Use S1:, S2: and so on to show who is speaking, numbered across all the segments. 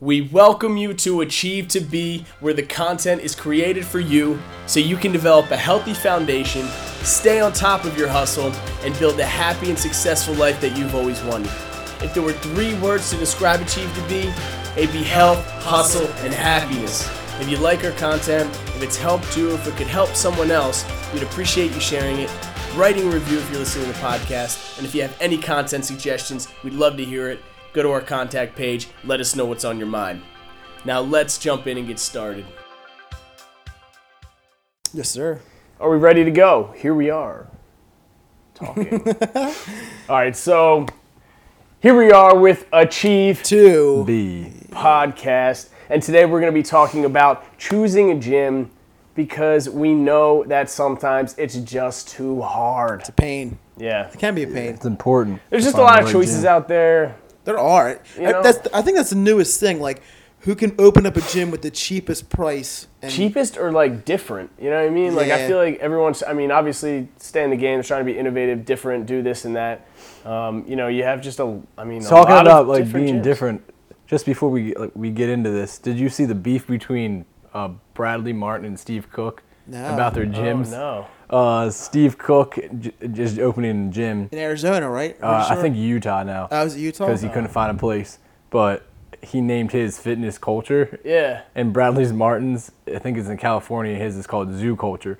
S1: We welcome you to Achieve to Be, where the content is created for you so you can develop a healthy foundation, stay on top of your hustle, and build the happy and successful life that you've always wanted. If there were three words to describe Achieve to Be, it'd be health, hustle, and happiness. If you like our content, if it's helped you, if it could help someone else, we'd appreciate you sharing it, writing a review if you're listening to the podcast, and if you have any content suggestions, we'd love to hear it. Go to our contact page, let us know what's on your mind. Now let's jump in and get started. Yes, sir.
S2: Are we ready to go? Here we are. Talking. All right, so here we are with Achieve
S1: Two.
S3: B.
S2: podcast. And today we're going to be talking about choosing a gym because we know that sometimes it's just too hard.
S1: It's a pain.
S2: Yeah.
S4: Can be a pain.
S3: It's important.
S2: There's just a lot of choices out there.
S4: There are. I,
S2: know?
S4: that's. I think that's the newest thing. Like, who can open up a gym with the cheapest price? And
S2: Cheapest or like different, you know what I mean? Like I
S4: Yeah.
S2: feel like everyone's. I mean, obviously, stay in the game. They're trying to be innovative, different, do this and that. Um, you know, you have just a. I mean, a
S3: Talking
S2: lot of
S3: about like
S2: different
S3: being
S2: gyms.
S3: different. Just before we like, we get into this, did you see the beef between uh, Bradley Martin and Steve Cook
S4: No.
S3: about their gyms?
S2: Oh
S3: Uh, Steve Cook j- just opening a gym.
S4: in Oh, Arizona, right?
S3: Uh,
S4: Pretty
S3: I
S4: sure.
S3: think Utah now.
S4: I was at Utah.
S3: because he couldn't find a place, but he named his fitness culture.
S2: no. Yeah.
S3: And Bradley's Martin's, I think it's in California. His is called Zoo Culture.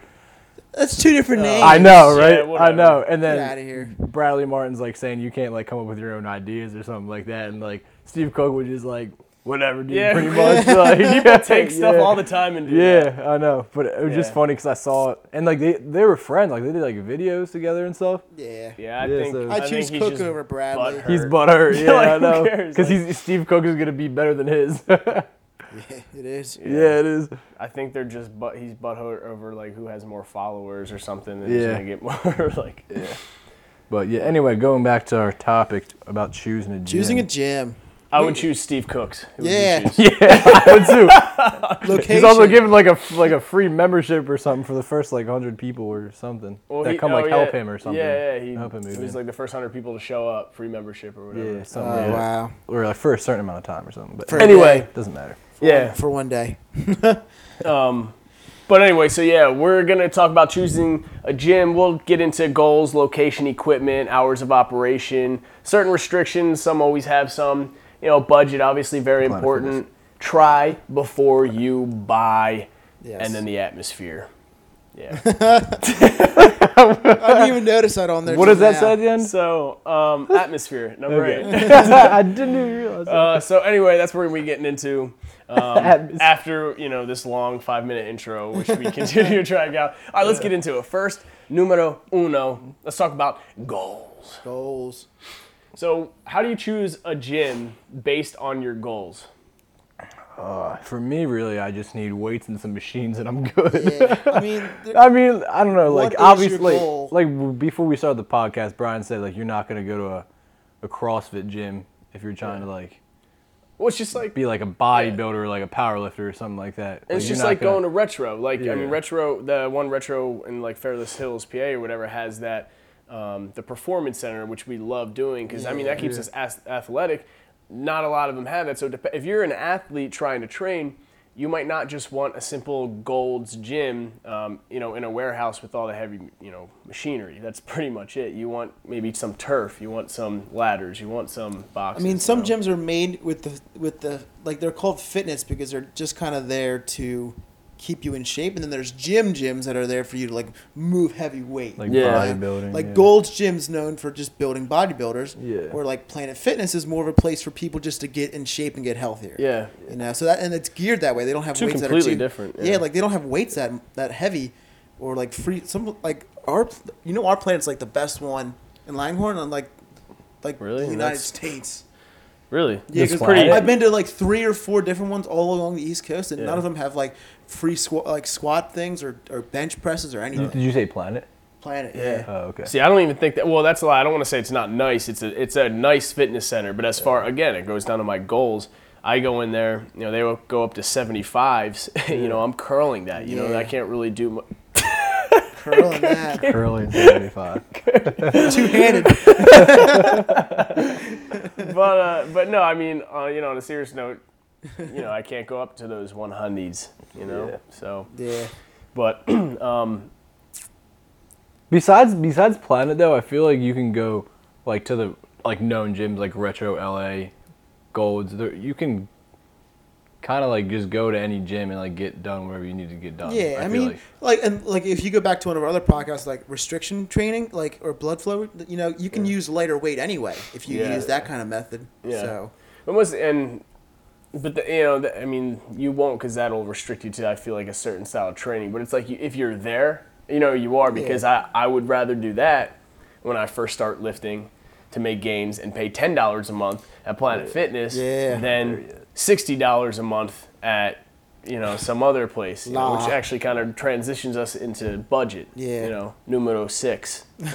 S4: That's two different names.
S3: Uh, I know, right?
S2: whatever.
S3: I know. And then
S4: Get outta here.
S3: Bradley Martin's like saying you can't like come up with your own ideas or something like that, and like Steve Cook was just like whatever, dude.
S2: Yeah.
S3: Pretty much like people
S2: Take stuff all the time and do that.
S3: Yeah, I know, but it was just
S2: Yeah.
S3: funny because I saw it, and like they they were friends, like they did like videos together and stuff.
S4: Yeah.
S2: Yeah, I
S3: Yeah,
S2: think
S3: so-
S4: I,
S2: think
S4: choose
S2: he's
S4: Cook
S2: just
S4: over Bradley.
S2: butthurt.
S3: He's
S2: Hurt.
S3: butthurt, yeah,
S2: Like,
S3: I
S2: who
S3: know,
S2: cares?
S3: because
S2: Like-
S3: he's Steve Cook is gonna be better than his. yeah,
S4: It is.
S3: it is.
S2: I think they're just but he's butthurt over like who has more followers or something. And
S3: Yeah.
S2: yeah. Gonna get more like.
S3: But yeah, anyway, going back to our topic about choosing a gym.
S4: Choosing a gym.
S2: I would choose Steve Cooks. Who would you
S4: Yeah.
S2: choose?
S3: yeah, I would too.
S4: Location.
S3: He's also giving like a like a free membership or something for the first like hundred people or something
S2: Well,
S3: that
S2: he-
S3: come
S2: oh,
S3: like
S2: yeah.
S3: help him or something.
S2: Yeah, yeah. He,
S3: help him move
S2: he was
S3: in.
S2: like the first hundred people to show up, free membership or whatever.
S3: yeah, something.
S4: Oh
S3: like that.
S4: wow.
S3: Or like for a certain amount of time or something. But
S4: For-
S2: Anyway,
S3: doesn't matter.
S2: yeah.
S4: For one day.
S2: Um, but anyway, so yeah, we're gonna talk about choosing a gym. We'll get into goals, location, equipment, hours of operation, certain restrictions. Some always have some. You know, budget obviously very
S3: Planet
S2: important. Try before you buy,
S4: Yes.
S2: and then the atmosphere. Yeah.
S4: I didn't even notice that on there.
S3: What
S4: till
S3: does that
S4: now.
S3: say at the end?
S2: so um, atmosphere number eight.
S3: I didn't even realize. that.
S2: Uh, so anyway, that's where we're getting into um, after you know this long five minute intro, which we continue to drag out. All right, let's get into it. First, numero uno. Let's talk about goals.
S4: Goals.
S2: So, how do you choose a gym based on your goals?
S3: for me, really, I just need weights and some machines, and I'm good.
S4: Yeah. I mean, there-
S3: I mean, I don't know.
S4: What
S3: Like
S4: is your
S3: obviously,
S4: goal?
S3: like w- before we started the podcast, Brian said like you're not gonna go to a, a CrossFit gym if you're trying to like
S2: Well, it's just like
S3: be like a bodybuilder or like a power lifter or something like that.
S2: And it's
S3: you're
S2: just
S3: not
S2: like
S3: gonna-
S2: going to retro. Like I mean,
S3: Yeah.
S2: retro. The one retro in like Fairless Hills, PA, or whatever has that um, the performance center, which we love doing because I mean that keeps us as- athletic. Not a lot of them have that. So dep- if you're an athlete trying to train, you might not just want a simple Gold's gym, um, you know, in a warehouse with all the heavy, you know, machinery. That's pretty much it. You want maybe some turf. You want some ladders. You want some
S4: I
S2: boxes.
S4: mean, some
S2: you know?
S4: gyms are made with the with the like they're called fitness because they're just kind of there to keep you in shape, and then there's gym gyms that are there for you to like move heavy weight.
S3: like
S2: Yeah.
S3: bodybuilding.
S4: Like
S3: yeah.
S4: Gold's Gym's known for just building bodybuilders.
S3: Yeah.
S4: Where like Planet Fitness is more of a place for people just to get in shape and get healthier.
S2: Yeah.
S4: You know, so that and it's geared that way. They don't have
S2: Two
S4: weights that are
S2: completely
S4: too-
S2: different,
S4: Yeah.
S2: yeah.
S4: like they don't have weights that that heavy, or like free. Some like our you know our planet's like the best one in Langhorne and like like
S2: Really?
S4: the
S2: And
S4: United
S2: that's-
S4: States.
S2: really.
S4: Yeah,
S3: This
S4: because
S3: planet?
S4: I've been to like three or four different ones all along the East Coast, and
S2: Yeah.
S4: none of them have like free squat, like squat things or, or bench presses or anything.
S3: Did you say planet?
S4: Planet, yeah.
S3: Oh, okay.
S2: See, I don't even think that. Well, that's a lie. I don't want to say it's not nice. It's a it's a nice fitness center, but as far again, it goes down to my goals. I go in there, you know, they will go up to seventy fives. you know, I'm curling that. You know,
S4: Yeah.
S2: I can't really do. Mu-
S4: Curling that,
S3: Curly and 75.
S4: two-handed.
S2: but uh, but no, I mean, uh, you know, on a serious note, you know, I can't go up to those 100s, you know?
S3: Yeah.
S2: So,
S4: Yeah.
S2: but um,
S3: Besides besides Planet though, I feel like you can go like to the like known gyms like Retro LA, Golds. There, you can kind of like just go to any gym and like get done wherever you need to get done.
S4: Yeah, I,
S3: feel
S4: mean,
S3: like.
S4: like, and like if you go back to one of our other podcasts, like restriction training, like or blood flow, you know, you can use lighter weight anyway if you
S2: Yeah.
S4: use that kind of method.
S2: Yeah.
S4: So
S2: almost, and, but the, you know, the, I mean, you won't because that'll restrict you to, I feel like, a certain style of training. But it's like you, if you're there, you know, you are because I, I would rather do that when I first start lifting to make gains and pay $10 a month at Planet Fitness
S4: Yeah.
S2: than $60 a month at, you know, some other place, you know,
S4: Nah.
S2: which actually kind of transitions us into budget.
S4: Yeah.
S2: You know, numero six.
S4: for one,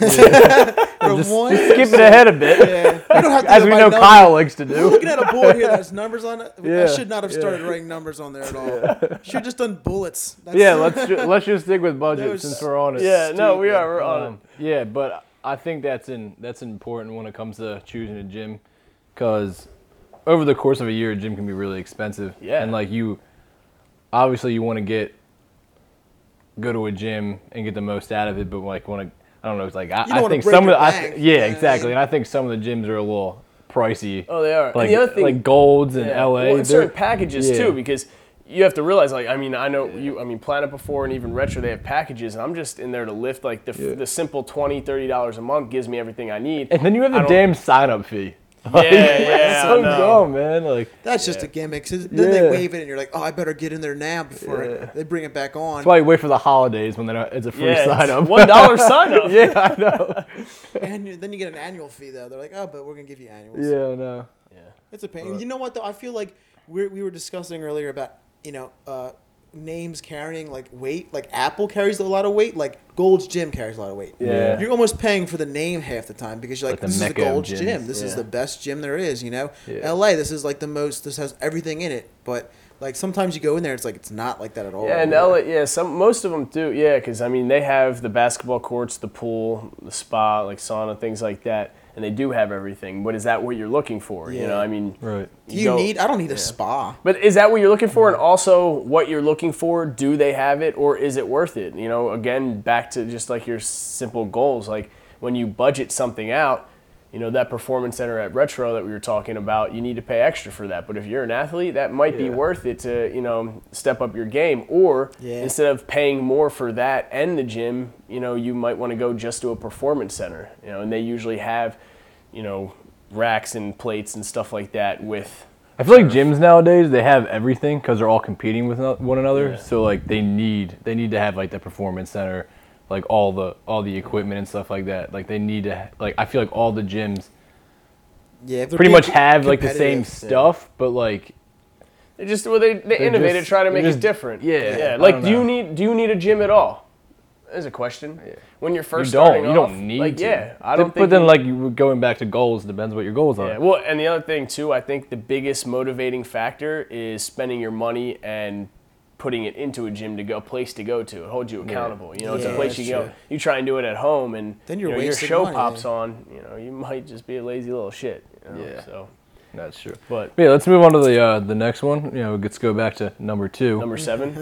S3: Skip it ahead a bit,
S4: yeah, we don't have to
S3: as
S4: go
S3: we
S4: by
S3: know
S4: numbers.
S3: Kyle likes to
S4: I'm
S3: do.
S4: looking at a board here that has numbers on it. I
S3: Yeah.
S4: should not have started writing numbers on there at all. Should have just done bullets. That's
S3: yeah, let's ju- let's just stick with budget
S4: was-
S3: since we're on it.
S2: Yeah, no, we are. We're on it.
S3: Um, yeah, but I think that's in that's important when it comes to choosing a gym, because over the course of a year, a gym can be really expensive.
S2: Yeah.
S3: and like you, obviously you want to get go to a gym and get the most out of it, but like want to. I don't know. It's like I,
S4: don't
S3: I
S4: wanna
S3: think
S4: break
S3: some of
S4: your
S3: the I
S4: bank,
S3: th- yeah,
S4: you know what I mean?
S3: exactly, and I think some of the gyms are a little pricey.
S2: Oh, they are. And
S3: Like
S2: the other thing-
S3: like Golds and
S2: Yeah.
S3: LA.
S2: Well, and
S3: they're-
S2: certain packages
S3: yeah.
S2: too, because you have to realize, like, I mean, I know you, I mean, Planet before and even Retro, they have packages, and I'm just in there to lift, like, the, f
S3: Yeah.
S2: the simple 20 $30 a month gives me everything I need.
S3: And then you have
S2: I
S3: the
S2: don't-
S3: damn sign up fee.
S2: Yeah, yeah,
S3: so
S2: I know.
S3: dumb, man. Like
S4: That's just a gimmick. 'cause then they
S3: Yeah.
S4: wave it, and you're like, "Oh, I better get in there now before it, they bring it back on."
S3: that's why you wait for the holidays when they don't, it's a free
S2: Yeah,
S3: sign
S2: it's
S3: up.
S2: $1 sign up.
S3: yeah, I know.
S4: And you- then you get an annual fee though. They're like, "Oh, but we're gonna give you annuals."
S3: Yeah, I know.
S4: It's a pain. you know what though? I feel like we we were discussing earlier about you know uh, names carrying like weight. Like Apple carries a lot of weight. Like Gold's Gym carries a lot of weight.
S3: Yeah.
S4: You're almost paying for the name half the time because you're like,
S3: Like the
S4: this is the
S3: Mecca of
S4: Gold's
S3: gyms.
S4: Gym. This is
S2: Yeah.
S4: the best gym there is. You know,
S3: Yeah.
S4: L.A. This is like the most. This has everything in it. But like sometimes you go in there, it's like it's not like that at all.
S2: Yeah, and LA, yeah, some most of them do, yeah, because I mean they have the basketball courts, the pool, the spa, like sauna, things like that, and they do have everything. But is that what you're looking for? You
S4: Yeah.
S2: know, I mean,
S3: Right.
S4: Do you
S2: go-
S4: need? I don't need a spa.
S2: But is that what you're looking for? And also, what you're looking for, do they have it or is it worth it? You know, again, back to just like your simple goals. Like when you budget something out, you know, that performance center at Retro that we were talking about, you need to pay extra for that. But if you're an athlete, that might be
S3: Yeah.
S2: worth it to, you know, step up your game. Or
S4: Yeah.
S2: instead of paying more for that and the gym, you know, you might want to go just to a performance center, you know, and they usually have, you know, racks and plates and stuff like that with.
S3: I feel like gyms nowadays they have everything because they're all competing with no- one another. So like they need they need to have like the performance center, like all the all the equipment and stuff like that. Like they need to ha- like I feel like all the gyms
S4: Yeah, if they're
S3: pretty
S4: being
S3: much have like the same
S4: competitive.
S3: stuff, but like
S2: They just well, they they innovated,
S3: just-
S2: try to make
S3: they're just-
S2: it different.
S3: yeah,
S2: yeah.
S3: I
S2: Like,
S3: don't
S2: do you
S3: know.
S2: need do you need a gym at all? Is a question. When you're first
S3: you don't
S2: starting
S3: you
S2: off,
S3: don't need
S2: like,
S3: to.
S2: Yeah, I
S3: Th-
S2: don't.
S3: But
S2: think
S3: then
S2: you-
S3: like you going back to goals depends what your goals are.
S2: yeah. Well, and the other thing too, I think the biggest motivating factor is spending your money and putting it into a gym to go, a place to go to. It holds you accountable. You know, it's
S4: Yeah,
S2: a place
S4: that's
S2: you go.
S4: true.
S2: You try and do it at home, and
S4: Then
S2: you
S4: you're
S2: know, your
S4: wasting
S2: show
S4: money,
S2: pops
S4: yeah.
S2: on. You know, you might just be a lazy little shit. You know?
S3: Yeah.
S2: So
S3: That's true.
S2: But-
S3: yeah, let's move on to the uh, the next one. You know, let's go back to number two,
S2: number seven.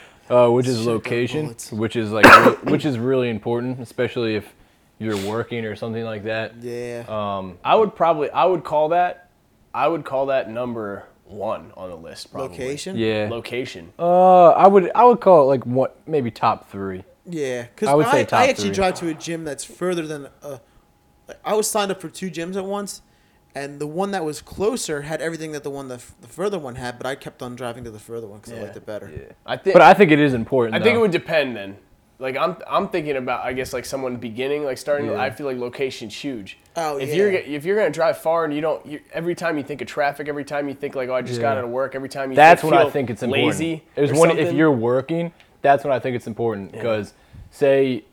S3: uh, which is
S4: Shit, got
S3: location,
S4: bullets.
S3: which is like re- which is really important, especially if you're working or something like that.
S4: Yeah.
S3: Uh,
S2: I would probably I would call that I would call that number one on the list. Probably.
S4: Location. Oh,
S3: Yeah.
S2: Location.
S3: Uh, I would I would call it like what maybe top three.
S4: Yeah, because I,
S3: I would say
S4: I,
S3: top
S4: actually
S3: three.
S4: drive to a gym that's further than a. I was signed up for two gyms at once, and the one that was closer had everything that the one the, f- the further one had, but I kept on driving to the further one because I liked it better.
S2: I think.
S3: But I think it is important.
S2: I think it
S3: though.
S2: would depend then. Like I'm I'm thinking about I guess like someone beginning like starting.
S3: Yeah.
S2: I feel like location's huge.
S4: Oh,
S2: if
S4: yeah.
S2: You're, g- if you're gonna drive far and you don't you, every time you think of traffic, every time you think like oh I just got
S3: Yeah.
S2: out of work, every time you
S3: That's
S2: feel
S3: when I think it's important.
S2: lazy.
S3: There's
S2: or
S3: one if
S2: something.
S3: you're working. That's when I think it's important because say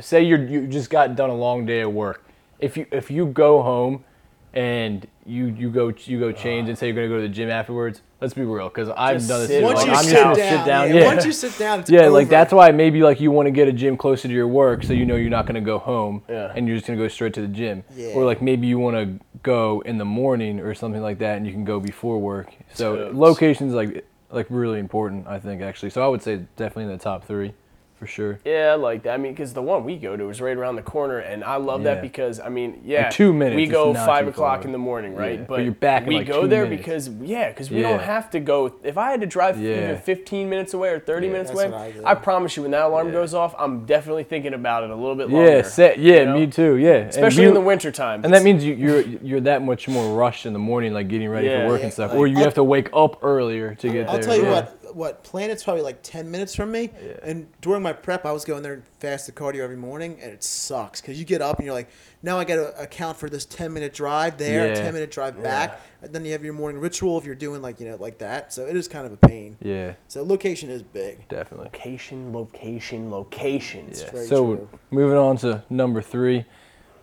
S3: say you you just got done a long day of work. If you if you go home and you you go you go change and say you're gonna go to the gym afterwards. Let's be real, because I've
S2: Uh. Just
S3: done this.
S2: sit
S3: a
S2: Once
S3: lot.
S2: you
S3: I'm
S2: sit
S3: just gonna
S2: down,
S3: sit down.
S4: yeah,
S3: Yeah,
S4: Once you sit down, it's
S3: Yeah,
S4: over.
S3: like that's why maybe like you want to get a gym closer to your work so you know you're not gonna go home
S2: Yeah.
S3: and you're just gonna go straight to the gym.
S4: Yeah.
S3: Or like maybe you want to go in the morning or something like that, and you can go before work. So
S2: Totes.
S3: locations like like really important, I think actually. So I would say definitely in the top three, for sure.
S2: Yeah, I like that. I mean, because the one we go to is right around the corner, and I love
S3: Yeah.
S2: that because I mean, yeah,
S3: two minutes,
S2: We
S3: it's
S2: go
S3: not
S2: five
S3: too
S2: o'clock
S3: far.
S2: in the morning, right?
S3: Yeah, but you're back in,
S2: we
S3: like,
S2: go
S3: two
S2: there
S3: minutes.
S2: because yeah, because we don't
S3: Yeah.
S2: have to go. If I had to drive
S3: Yeah.
S2: even 15 minutes away or 30 minutes
S4: That's
S2: away,
S4: what I do.
S2: I, promise you, when that alarm goes off, I'm definitely thinking about it a little bit longer.
S3: yeah, set. Yeah,
S2: you know?
S3: me too. Yeah, And
S2: Especially
S3: you-
S2: in the wintertime.
S3: And that means you, you're you're that much more rushed in the morning, like getting ready
S2: Yeah.
S3: for work
S2: Yeah,
S3: and stuff,
S4: like-
S3: or you
S4: I'll-
S3: have to wake up earlier to get there.
S4: I'll tell you
S3: yeah.
S4: what, what planet's probably like ten minutes from me, and during my prep, I was going there and fasted cardio every morning, and it sucks because you get up and you're like, now I got to account for this ten minute drive there,
S3: Yeah.
S4: ten minute drive back, and then you have your morning ritual if you're doing like you know like that. So it is kind of a pain.
S3: Yeah,
S4: So location is big.
S3: definitely.
S2: location, location, location.
S3: Yeah.
S4: very
S3: So
S4: true.
S3: moving on to number three,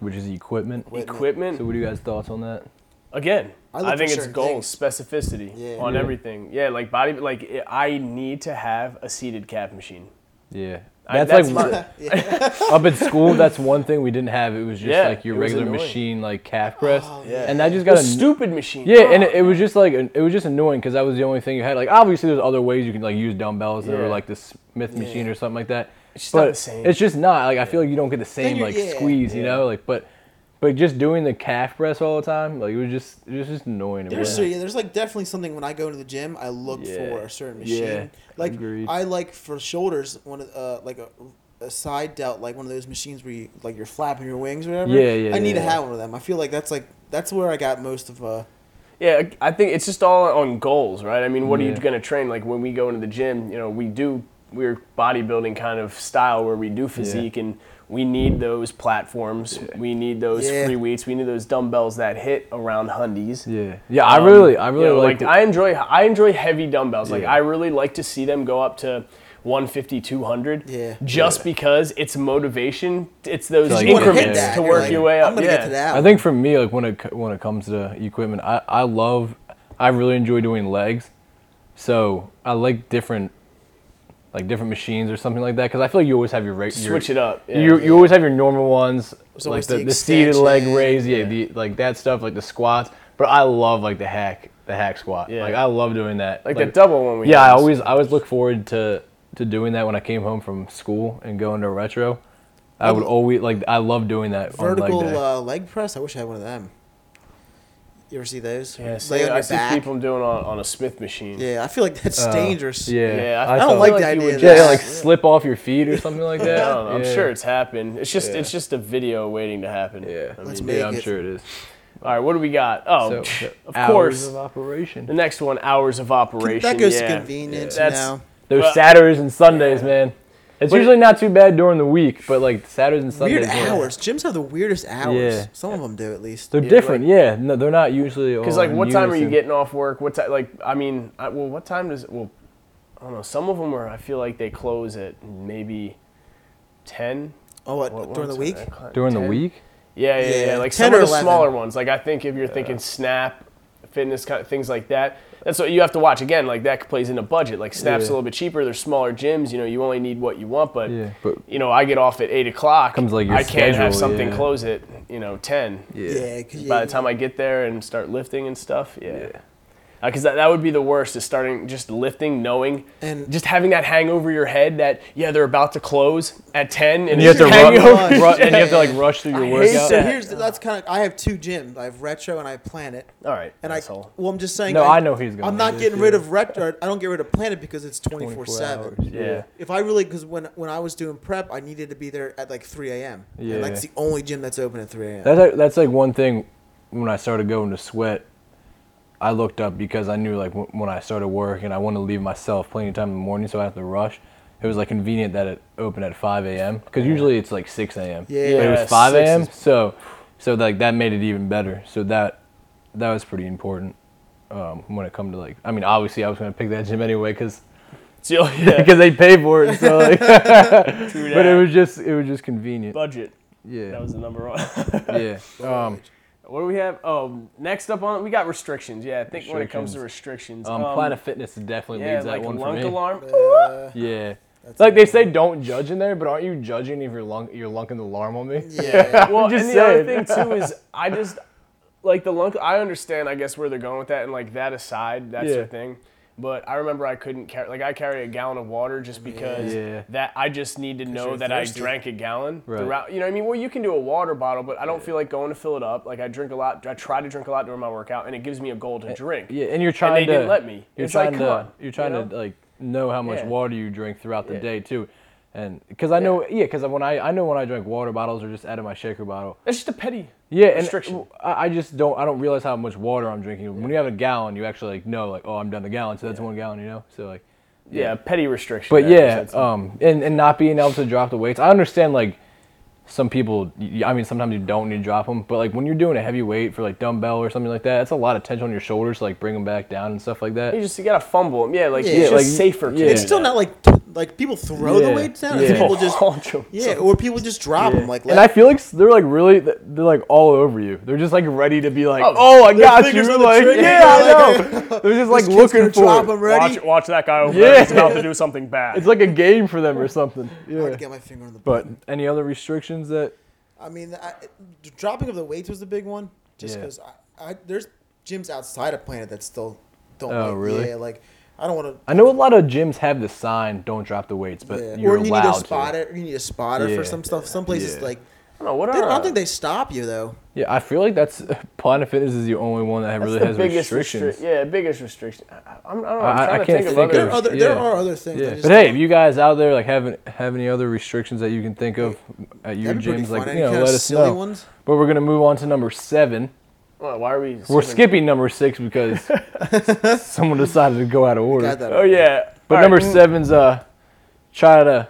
S3: which is equipment.
S2: Equipment.
S3: So what do you guys thoughts on that?
S2: again
S4: I
S2: i,
S4: look for
S2: think it's
S4: certain
S2: goals specificity
S4: Yeah.
S2: on
S3: Yeah.
S2: everything yeah like body like it- i need to have a seated calf machine
S3: Yeah,
S2: I-
S3: that's,
S2: that's
S3: like
S2: my-
S4: Yeah.
S3: up at school. That's one thing we didn't have. It was just
S2: Yeah,
S3: like your
S2: it was
S3: regular
S2: annoying. Oh,
S3: machine, like calf press,
S4: yeah.
S3: and that just
S2: a
S3: got a
S2: stupid machine
S3: Yeah, and it, it was just like it was just annoying because that was the only thing you had. Like obviously, there's other ways you can like use dumbbells that
S2: Yeah.
S3: or like the Smith machine or something like that. It's
S2: just not the same.
S3: It's just not like I feel like you don't get the same
S4: you're-
S3: like
S4: yeah,
S3: squeeze, you know. Like but but just doing the calf press all the time, like it was just it was just annoying. to me.
S4: There's, yeah, there's like definitely something when I go to the gym, I look
S3: Yeah.
S4: for a certain machine.
S3: Yeah,
S4: Like
S3: agreed.
S4: I like for shoulders one of uh, like a, a side delt, like one of those machines where you like you're flapping your wings or whatever.
S3: Yeah, yeah,
S4: I need to
S3: yeah.
S4: have one of them. I feel like that's like that's where I got most of uh
S2: yeah i think it's just all on goals right i mean what are you
S3: Yeah.
S2: going to train like when we go into the gym you know we do we're bodybuilding kind of style where we do physique and we need those platforms we need those
S4: Yeah.
S2: free weights we need those dumbbells that hit around hundies
S3: yeah, yeah. I
S2: Um,
S3: really, I really
S2: you know,
S3: liked
S2: like.
S3: it.
S2: I enjoy I enjoy heavy dumbbells. Like
S3: Yeah.
S2: I really like to see them go up to 150, 200.
S4: Yeah.
S2: Just because it's motivation. It's those
S3: To, like, wanna hit
S2: increments
S3: that.
S2: to
S4: You're
S2: work
S4: like,
S2: your way up.
S4: I'm gonna
S2: yeah.
S4: get to that.
S3: I think for me, like when it co- when it comes to equipment, I I love, I really enjoy doing legs, so I like different, like different machines or something like that because I feel like you always have your reg- your-
S2: Switch it up. Yeah.
S3: You you always have your normal ones, like
S4: always
S3: the,
S4: the
S3: the, seated leg
S4: extension,
S3: raise, yeah, The, like that stuff, like the squats. But I love like the hack the hack squat.
S2: Yeah.
S3: Like I love doing that.
S2: like, the double one we
S3: Yeah, I
S2: had.
S3: always I always look forward to to doing that when I came home from school and going to retro. I would always like I love doing that
S4: vertical
S3: on leg day.
S4: uh, leg press. I wish I had one of them. You ever see those?
S2: Yeah,
S4: Lay
S2: see,
S4: on
S2: I
S4: your
S2: see
S4: back.
S2: people doing on, on a Smith machine.
S4: Yeah, I feel like that's
S3: Uh,
S4: dangerous.
S3: Yeah,
S2: Yeah,
S3: I
S2: I
S4: I
S3: feel
S4: don't
S3: like
S4: like the
S2: like you
S4: idea
S2: would
S4: of
S3: yeah,
S4: that.
S2: just-
S3: like slip off your feet or something like that.
S2: I don't know, I'm
S3: Yeah.
S2: sure it's happened. It's just
S3: Yeah.
S2: it's just a video waiting to happen.
S3: Yeah,
S2: I
S4: Let's
S2: mean,
S4: make
S3: yeah, I'm
S4: it.
S3: sure it is.
S2: all right, what do we got? Oh,
S3: So,
S2: of
S3: hours
S2: course.
S3: of
S2: the
S3: operation.
S2: next one, hours of operation.
S4: that goes
S2: yeah.
S4: to convenience
S2: Yeah. That's-
S4: now.
S3: Those
S2: Well-
S3: Saturdays and Sundays, man. It's
S2: Wait-
S3: usually not too bad during the week, but like Saturdays and
S4: Weird
S3: Sundays. yeah.
S4: hours. Gyms have the weirdest hours.
S3: Yeah.
S4: Some of them do at least.
S3: They're
S2: Yeah,
S3: different, yeah. No, they're not usually.
S2: Because like, what time are you getting off work? What time? Like, I mean, I, well, what time does? Well, I don't know. Some of them are. I feel like they close at maybe ten.
S4: Oh, what,
S2: What- what
S4: during the
S2: was
S4: week?
S2: it? I can't-
S3: during
S2: 10?
S3: the week?
S2: Yeah, yeah, yeah.
S4: Yeah,
S2: Like
S4: 10
S2: some
S4: or
S2: of the
S4: 11.
S2: smaller ones. Like I think if you're thinking Snap, fitness kind of things like that. That's what you have to watch again. Like that plays into budget. Like Snap's
S3: Yeah.
S2: a little bit cheaper. They're smaller gyms. You know, you only need what you want. But
S3: Yeah, but-
S2: you know, I get off at eight o'clock.
S3: Comes, like, your
S2: I can't have
S3: schedule,
S2: something
S3: yeah.
S2: close at you know ten.
S4: Yeah, 'cause
S2: by
S4: yeah,
S2: the time I get there and start lifting and stuff. Yeah. Because that, that would be the worst is starting just lifting, knowing,
S4: And-
S2: and just having that hang over your head that, yeah, they're about to close at 10 and
S3: And you have to
S2: hang
S3: ru-
S2: over.
S4: over.
S3: ru- and you have to like rush through your
S2: I
S4: Hey,
S2: hate
S3: workout.
S4: so
S2: that.
S4: here's that's kind of. I have two gyms. I have Retro and I have Planet.
S2: All right.
S4: And
S2: asshole.
S4: I well, I'm just saying.
S3: No, I know he's going
S4: I'm
S3: to
S4: not
S3: this,
S4: getting rid
S3: yeah.
S4: of Retro. I don't get rid of Planet because it's 24 seven.
S2: Yeah.
S4: If I really, because when when I was doing prep, I needed to be there at like 3 a.m. Yeah.
S3: Yeah.
S4: And that's the only gym that's open at 3 a.m.
S3: That's like, that's like one thing when I started going to sweat, I looked up because I knew like w- when I started work and I wanted to leave myself plenty of time in the morning, so I have to rush. It was like convenient that it opened at 5 a.m. because usually it's like 6 a.m. but it
S4: Yeah,
S3: was 5
S2: 6
S3: a.m.
S2: is-
S3: So, so like that made it even better. So that that was pretty important um, when it come to like. I mean, obviously I was gonna pick that gym anyway because
S2: So, yeah,
S3: they pay for it. So, like,
S2: true
S3: but
S2: that.
S3: it was just it was just convenient.
S2: budget.
S3: yeah,
S2: That was the number one.
S3: yeah. Um,
S2: what do we have? Oh, next up on, we got restrictions. Yeah, I think when it comes to restrictions.
S3: um, Planet Fitness definitely
S2: yeah,
S3: leads that
S2: like
S3: one for
S2: lunk
S3: me.
S2: alarm.
S4: Uh,
S3: Yeah.
S4: That's
S3: like they
S4: annoying.
S3: say, don't judge in there, but aren't you judging if you're lunk, you're lunking the alarm on me?
S4: yeah.
S2: well,
S3: just
S2: and the
S3: saying.
S2: other thing too is I just like the lunk. I understand, I guess, where they're going with that, and like that aside, that's
S3: Yeah.
S2: their thing. But I remember I couldn't carry like I carry a gallon of water just because
S3: Yeah.
S2: that I just need to know
S4: you're
S2: that
S4: thirsty.
S2: I drank a gallon.
S3: Right.
S2: Throughout, you know, what I mean, well, you can do a water bottle, but I don't feel like going to fill it up. Like I drink a lot. I try to drink a lot during my workout, and it gives me a goal to drink.
S3: Eh, Yeah, and you're trying to
S2: didn't let me.
S3: You're
S2: It's like,
S3: trying
S2: come
S3: to
S2: on,
S3: you're trying
S2: you
S3: to
S2: know?
S3: like know how much
S2: Yeah.
S3: water you drink throughout the day too, and because I know yeah, because when I I know when I drink water bottles or just out of my shaker bottle.
S2: That's just a petty
S3: Yeah, and uh,
S2: restriction.
S3: I I just don't I don't realize how much water I'm drinking. When you have a gallon, you actually like know like oh I'm done the gallon, so that's one gallon, you know. So like,
S2: yeah, petty restriction.
S3: but
S2: I guess
S3: yeah,
S2: that's-
S3: um, and and not being able to drop the weights. I understand like some people. y- I mean, sometimes you don't need to drop them, but like when you're doing a heavy weight for like dumbbell or something like that, it's a lot of tension on your shoulders. to, Like bring them back down and stuff like that.
S2: you just you gotta fumble 'em. Yeah, like
S4: Yeah,
S2: it's just
S3: like-
S2: safer. to
S3: yeah.
S2: do
S4: It's still
S2: that.
S4: not like t- like people throw
S3: Yeah.
S4: the weights down.
S3: Yeah.
S4: It's people just
S2: Haunch 'em.
S4: yeah, or people just drop them. Like
S3: And I feel like s- they're like really, they're like all over you. They're just like ready to be like, oh,
S2: Oh,
S3: I got you.
S4: fingers on the
S3: Like,
S4: trigger.
S3: yeah, I
S4: Like,
S3: know. They're just
S4: this
S3: like
S4: kid's
S3: looking
S4: gonna drop
S3: for.
S4: 'em
S3: It.
S4: ready.
S2: Watch, watch that guy over
S3: Yeah.
S2: there. He's about to do something bad.
S3: It's like a game for them or something.
S4: Hard
S3: Yeah.
S4: to get my finger on the.
S3: But any other restrictions that?
S4: I mean, I, the dropping of the weights was the big one, just
S3: Yeah.
S4: because I, I there's gyms outside of Planet that still don't.
S3: Oh,
S4: like,
S3: really?
S4: Yeah, like I don't want to.
S3: I know a lot of gyms have the sign "Don't drop the weights," but
S4: Yeah.
S3: you're
S4: Or you need
S3: allowed
S4: a spotter. You need a spotter
S3: Yeah.
S4: for some stuff. Some places
S3: Yeah.
S4: like
S2: I don't know, what
S4: they, I
S2: are-
S4: don't think they stop you though.
S3: to. Yeah, I feel like that's Planet Fitness is the only one that
S2: That's
S3: really
S2: the
S3: has
S2: biggest
S3: restrictions.
S2: restrict- yeah, biggest restriction. I, I, I'm, I don't know. I'm
S3: I- I
S2: trying to
S3: can't
S2: think, of
S3: think
S2: other.
S4: There are other, there
S3: Yeah.
S4: are other things. I
S3: Yeah.
S4: just
S3: But hey, if
S4: don't-
S3: you guys out there like have have any other restrictions that you can think of at your
S4: That'd be pretty
S3: gyms, like
S4: fun.
S3: you know,
S4: Any kinda
S3: let us
S4: silly
S3: know.
S4: ones?
S3: But we're gonna move on to number seven.
S2: Well, why are we? skipping-
S3: We're skipping number six because someone decided to go out of order.
S4: got that.
S2: Oh yeah.
S3: But
S2: All right,
S3: number
S2: mm,
S3: seven's uh, try to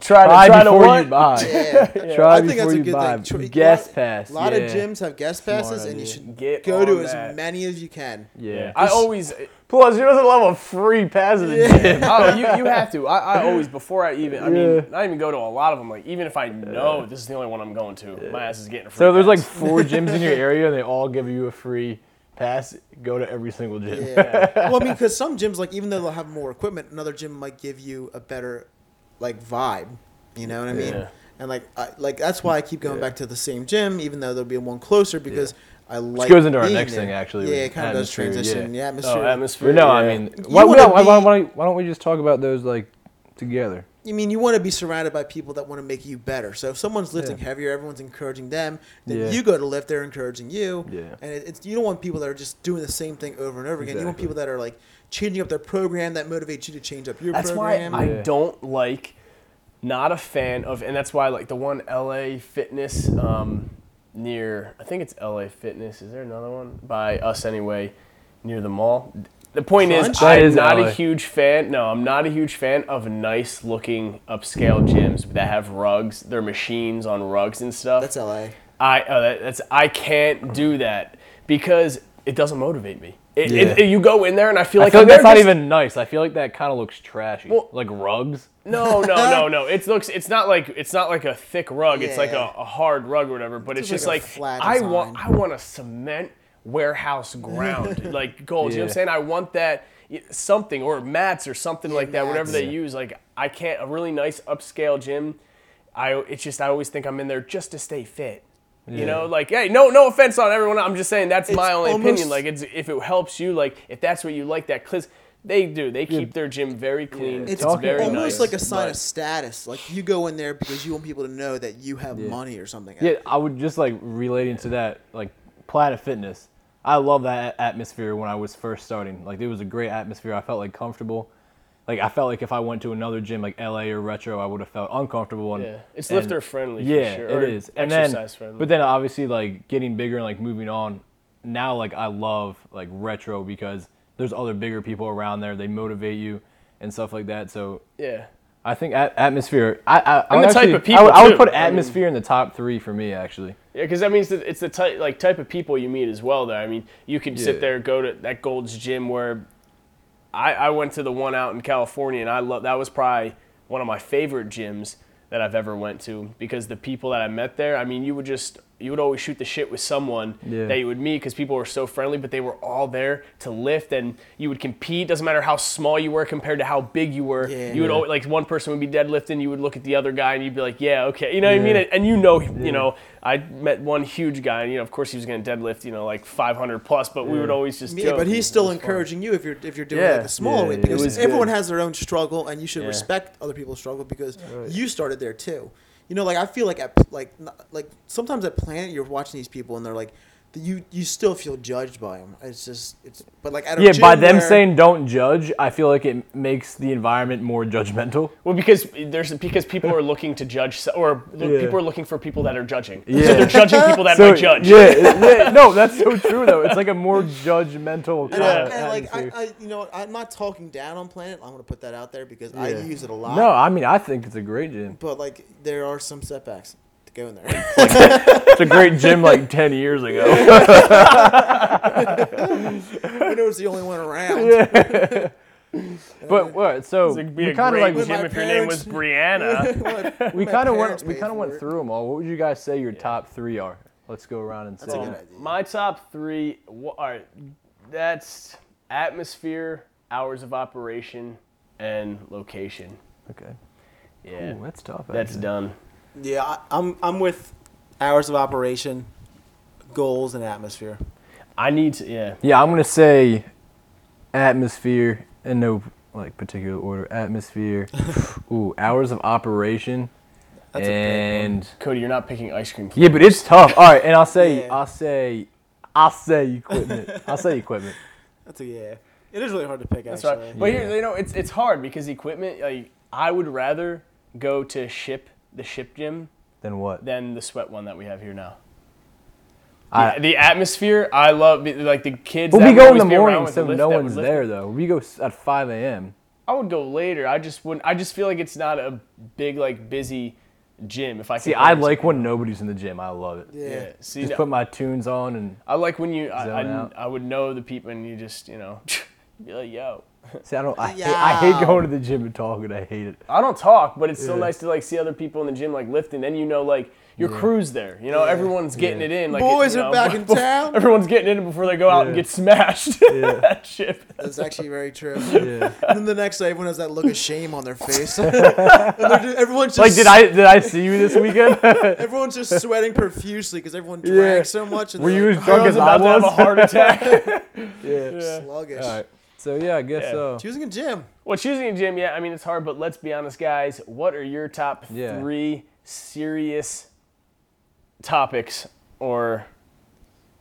S2: Try to
S3: buy
S2: try to
S3: before
S2: what?
S3: you buy.
S4: Yeah. I
S3: Try
S4: think
S3: before
S4: that's a
S3: you
S4: good
S3: buy.
S4: thing. Tr-
S3: Guest
S4: lot-
S3: pass.
S4: A lot
S3: yeah.
S4: of gyms have guest passes, and you
S3: idea.
S4: should
S2: Get
S4: go to
S2: on
S4: as
S2: that.
S4: many as you can.
S3: Yeah.
S2: I always.
S3: Plus, he doesn't love a free pass at the gym.
S2: Oh, you, you have to. I, I always before I even. I mean,
S3: Yeah.
S2: not even go to a lot of them. Like even if I know this is the only one I'm going to, my ass is getting. a Free
S3: So there's like
S2: pass.
S3: four gyms in your area, and they all give you a free pass. Go to every single gym.
S4: Yeah. well, I mean, because some gyms, like, even though they'll have more equipment, another gym might give you a better, like, vibe. You know what I mean?
S2: Yeah.
S4: And like, I, like that's why I keep going back to the same gym, even though there'll be one closer because I like.
S3: goes into our
S4: being
S3: next
S4: there.
S3: thing, actually,
S4: Yeah, it
S3: with
S4: kind of does
S3: atmosphere,
S4: transition.
S3: yeah.
S4: Yeah, atmosphere.
S2: Oh, atmosphere.
S3: But no, I
S2: yeah.
S3: mean, why, why,
S4: wanna
S3: why, why,
S4: be-
S3: why, why don't we just talk about those like together?
S4: you mean you want to be surrounded by people that want to make you better. So if someone's lifting heavier, everyone's encouraging them. Then
S3: Yeah.
S4: you go to lift, they're encouraging you.
S3: Yeah.
S4: And it, it's you don't want people that are just doing the same thing over and over again. You want
S3: Exactly.
S4: people that are like changing up their program that motivates you to change up your
S2: That's why
S4: program.
S2: I
S3: Yeah.
S2: don't like, not a fan of, and that's why like the one LA Fitness um, near, I think it's LA Fitness. Is there another one by us anyway, near the mall? The point
S4: Crunch?
S2: is,
S3: That
S2: I'm
S3: is
S2: not
S3: LA.
S2: a huge fan. No, I'm not a huge fan of nice looking upscale gyms that have rugs, their machines on rugs and stuff.
S4: That's LA.
S2: I uh, that, that's I can't do that because it doesn't motivate me. It,
S3: Yeah.
S2: it, you go in there and I feel like
S3: I feel like
S2: oh,
S3: that's
S2: they're
S3: not
S2: just-
S3: even nice. I feel like that kind of looks trashy. like rugs.
S2: No, no, no, no. It looks. It's not like it's not like a thick rug. It's like
S4: Yeah.
S2: a, a hard rug or whatever. But it's,
S4: Just
S2: just
S4: like
S2: like,
S4: a flat
S2: I
S4: design.
S2: want. I want a cement warehouse ground like gold. You know what
S3: Yeah.
S2: I'm saying? I want that y- something or mats or something like that. Whatever
S4: mats.
S2: they use. Like I can't. A really nice upscale gym. I. It's just I always think I'm in there just to stay fit. You know, like hey, no, no offense on everyone. I'm just saying that's my
S4: It's
S2: only
S4: almost-
S2: opinion. Like it's if it helps you, like if that's what you like, that cause they do. They keep their gym very clean.
S4: It's
S2: It's,
S3: Talking-
S2: very nice,
S4: almost like a sign
S2: but-
S4: of status. Like you go in there because you want people to know that you have money or something.
S3: Yeah, I would just like relating to that, like Planet Fitness. I love that a- atmosphere when I was first starting. Like it was a great atmosphere. I felt like comfortable. Like I felt like if I went to another gym like LA or Retro, I would have felt uncomfortable. And,
S2: Yeah, it's
S3: and-
S2: lifter friendly. for
S3: Yeah,
S2: sure. or
S3: it is. And then,
S2: exercise friendly.
S3: but then obviously like getting bigger and like moving on. Now like I love like Retro because there's other bigger people around there. They motivate you and stuff like that. So
S2: yeah,
S3: I think at- atmosphere. I, I I'm
S2: the type
S3: actually-
S2: of people,
S3: I would, I would
S2: too.
S3: put
S2: I mean-
S3: atmosphere in the top three for me actually.
S2: yeah, because that means that it's the type like type of people you meet as well. Though I mean, you could
S3: Yeah.
S2: sit there go to that Gold's Gym where I, I went to the one out in California, and I love that was probably one of my favorite gyms that I've ever went to because the people that I met there. I mean, you would just you would always shoot the shit with someone
S3: Yeah.
S2: that you would meet because people were so friendly, but they were all there to lift and you would compete. Doesn't matter how small you were compared to how big you were.
S4: Yeah.
S2: You would always, like one person would be deadlifting, you would look at the other guy and you'd be like, yeah, okay, you know what I mean? And you know, you know, I met one huge guy and you know, of course, he was going to deadlift, you know, like 500 plus, but we would always just.
S4: Yeah,
S2: joke.
S4: but he's still
S2: It was fun.
S4: encouraging you if you're if you're doing
S2: Yeah.
S4: like a smaller
S3: Yeah,
S4: weight
S3: yeah,
S4: because
S3: it was
S4: everyone
S3: good.
S4: has their own struggle and you should
S2: Yeah.
S4: respect other people's struggle because you started there too. You know, like I feel like at like n- like sometimes at Planet you're watching these people and they're like you you still feel judged by them. It's just it's but like at a
S3: Yeah, by
S4: gym
S3: them
S4: where-
S3: saying don't judge, I feel like it makes the environment more judgmental.
S2: Well, because there's because people are looking to judge, so- or look,
S3: Yeah.
S2: people are looking for people that are judging.
S3: Yeah.
S2: So they're judging people that might judge.
S3: Yeah, it- yeah, no, that's so true though. It's like a more judgmental.
S4: And,
S3: kind
S4: I,
S3: of
S4: and like
S3: atmosphere.
S4: I, I you know I'm not talking down on Planet. I'm gonna put that out there because I
S3: Yeah.
S4: use it a lot.
S3: no, I mean I think it's a great gym.
S4: but like there are some setbacks to go in there.
S3: It's a great gym like ten years ago.
S4: I know it's the only one around.
S3: But what? So
S2: It'd
S3: we
S2: be a
S3: kind
S2: great
S3: of like
S4: With
S2: gym
S4: my
S2: if your name was Brianna.
S4: What-
S3: we
S4: my
S3: kind of went
S4: parents
S3: we
S4: paid
S3: kind of
S4: for
S3: went
S4: it.
S3: through them all. What would you guys say your top three are? Let's go around and
S4: a
S3: say.
S4: good
S3: them.
S4: idea.
S2: My top three wha- are that's atmosphere, hours of operation, and location.
S3: Okay.
S2: Yeah,
S3: Ooh, that's tough.
S2: that's
S3: actually.
S2: done.
S5: Yeah, I, I'm I'm with hours of operation, goals, and atmosphere.
S2: I need to. Yeah,
S3: Yeah, I'm gonna say atmosphere in no like particular order. Atmosphere. ooh, hours of operation.
S5: That's a big one.
S3: and
S2: Cody, you're not picking ice cream.
S3: yeah, but it's tough. All right, and I'll say
S5: Yeah.
S3: I'll say I'll say equipment. I'll say equipment.
S5: That's a yeah. It is really hard to pick
S2: That's
S5: actually.
S2: right. But
S3: Yeah.
S2: here, you know, it's it's hard because equipment. Like, I would rather go to ship the ship gym
S3: Then what?
S2: than the sweat one that we have here now.
S3: I-
S2: the, the atmosphere, I love like the kids.
S3: Well,
S2: that
S3: we
S2: would
S3: go in
S2: always
S3: the
S2: be around
S3: morning,
S2: with
S3: so
S2: the lift
S3: no
S2: that would
S3: one's
S2: lift
S3: there though. We go s- at 5 a.m.
S2: I would go later. I just wouldn't. I just feel like it's not a big like busy gym. If I
S3: See, I like when nobody's in the gym. I love it.
S4: Yeah.
S2: Yeah. See,
S3: Just
S2: no,
S3: put my tunes on and
S2: I like when you. I,
S3: Zone
S2: I,
S3: out.
S2: I would know the people, and you just you know be like, yo.
S3: see. I don't. I, hate, I
S4: Yeah.
S3: hate going to the gym and talking. I hate it.
S2: I don't talk, but it's still
S3: Yeah.
S2: nice to like see other people in the gym like lifting. Then you know like your crew's there. You know everyone's getting
S3: Yeah.
S2: it in. Like
S4: Boys
S2: it, you
S4: are
S2: know,
S4: back in
S2: before-
S4: town.
S2: Everyone's getting in before they go out and
S3: Yeah.
S2: get smashed. that shit.
S4: That's actually very true.
S3: Yeah.
S4: and then the next day, everyone has that look of shame on their face. and they're just, everyone's just
S3: like, did I did I see you this weekend?
S4: Everyone's just sweating profusely because everyone
S3: Yeah.
S4: drank so much. And
S3: Were
S4: they're like,
S3: you as drunk
S2: I was
S3: as I
S2: about to have a
S3: was?
S2: heart attack.
S3: Yeah.
S4: sluggish?
S3: All right. So yeah, I guess
S2: Yeah.
S3: so.
S4: Choosing a gym.
S2: Well, choosing a gym, yeah, I mean, it's hard, but let's be honest, guys. What are your top
S3: Yeah.
S2: three serious topics or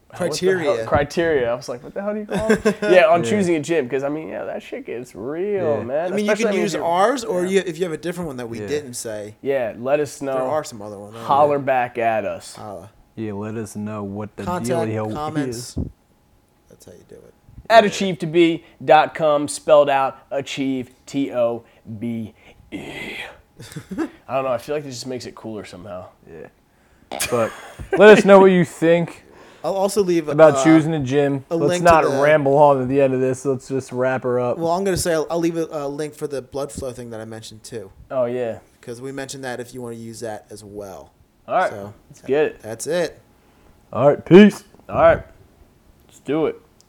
S2: what the hell-
S4: Criteria.
S2: criteria. I was like, what the hell do you call it? yeah, on choosing a gym, because I mean, yeah, that shit gets real,
S3: Yeah.
S2: man.
S4: I mean, you
S2: Especially,
S4: can
S2: if
S4: use
S2: you're-
S4: ours, or you, if you have a different one that we
S3: Yeah.
S4: didn't say,
S2: Yeah, let us know.
S4: there are Uh, some other ones.
S2: Holler back at us.
S4: Holla.
S3: Yeah, let us know what the
S4: Contact,
S3: deal
S4: comments. That's how you do it.
S2: At achievetobe.com, spelled out achieve, T O B E. I don't know. I feel like it just makes it cooler somehow.
S3: is. Yeah. But let us know what you think
S4: I'll also leave
S3: about
S4: uh,
S3: choosing a gym.
S4: a
S3: Let's
S4: link to
S3: not
S4: the-
S3: ramble on at the end of this. Let's just wrap her up.
S4: Well, I'm gonna say I'll, I'll leave a, a link for the blood flow thing that I mentioned too,
S2: Oh, yeah.
S4: because we mentioned that if you want to use that as well.
S2: All right.
S4: So
S2: Let's get it.
S4: that's it.
S3: All right, peace.
S2: All right. Let's do it.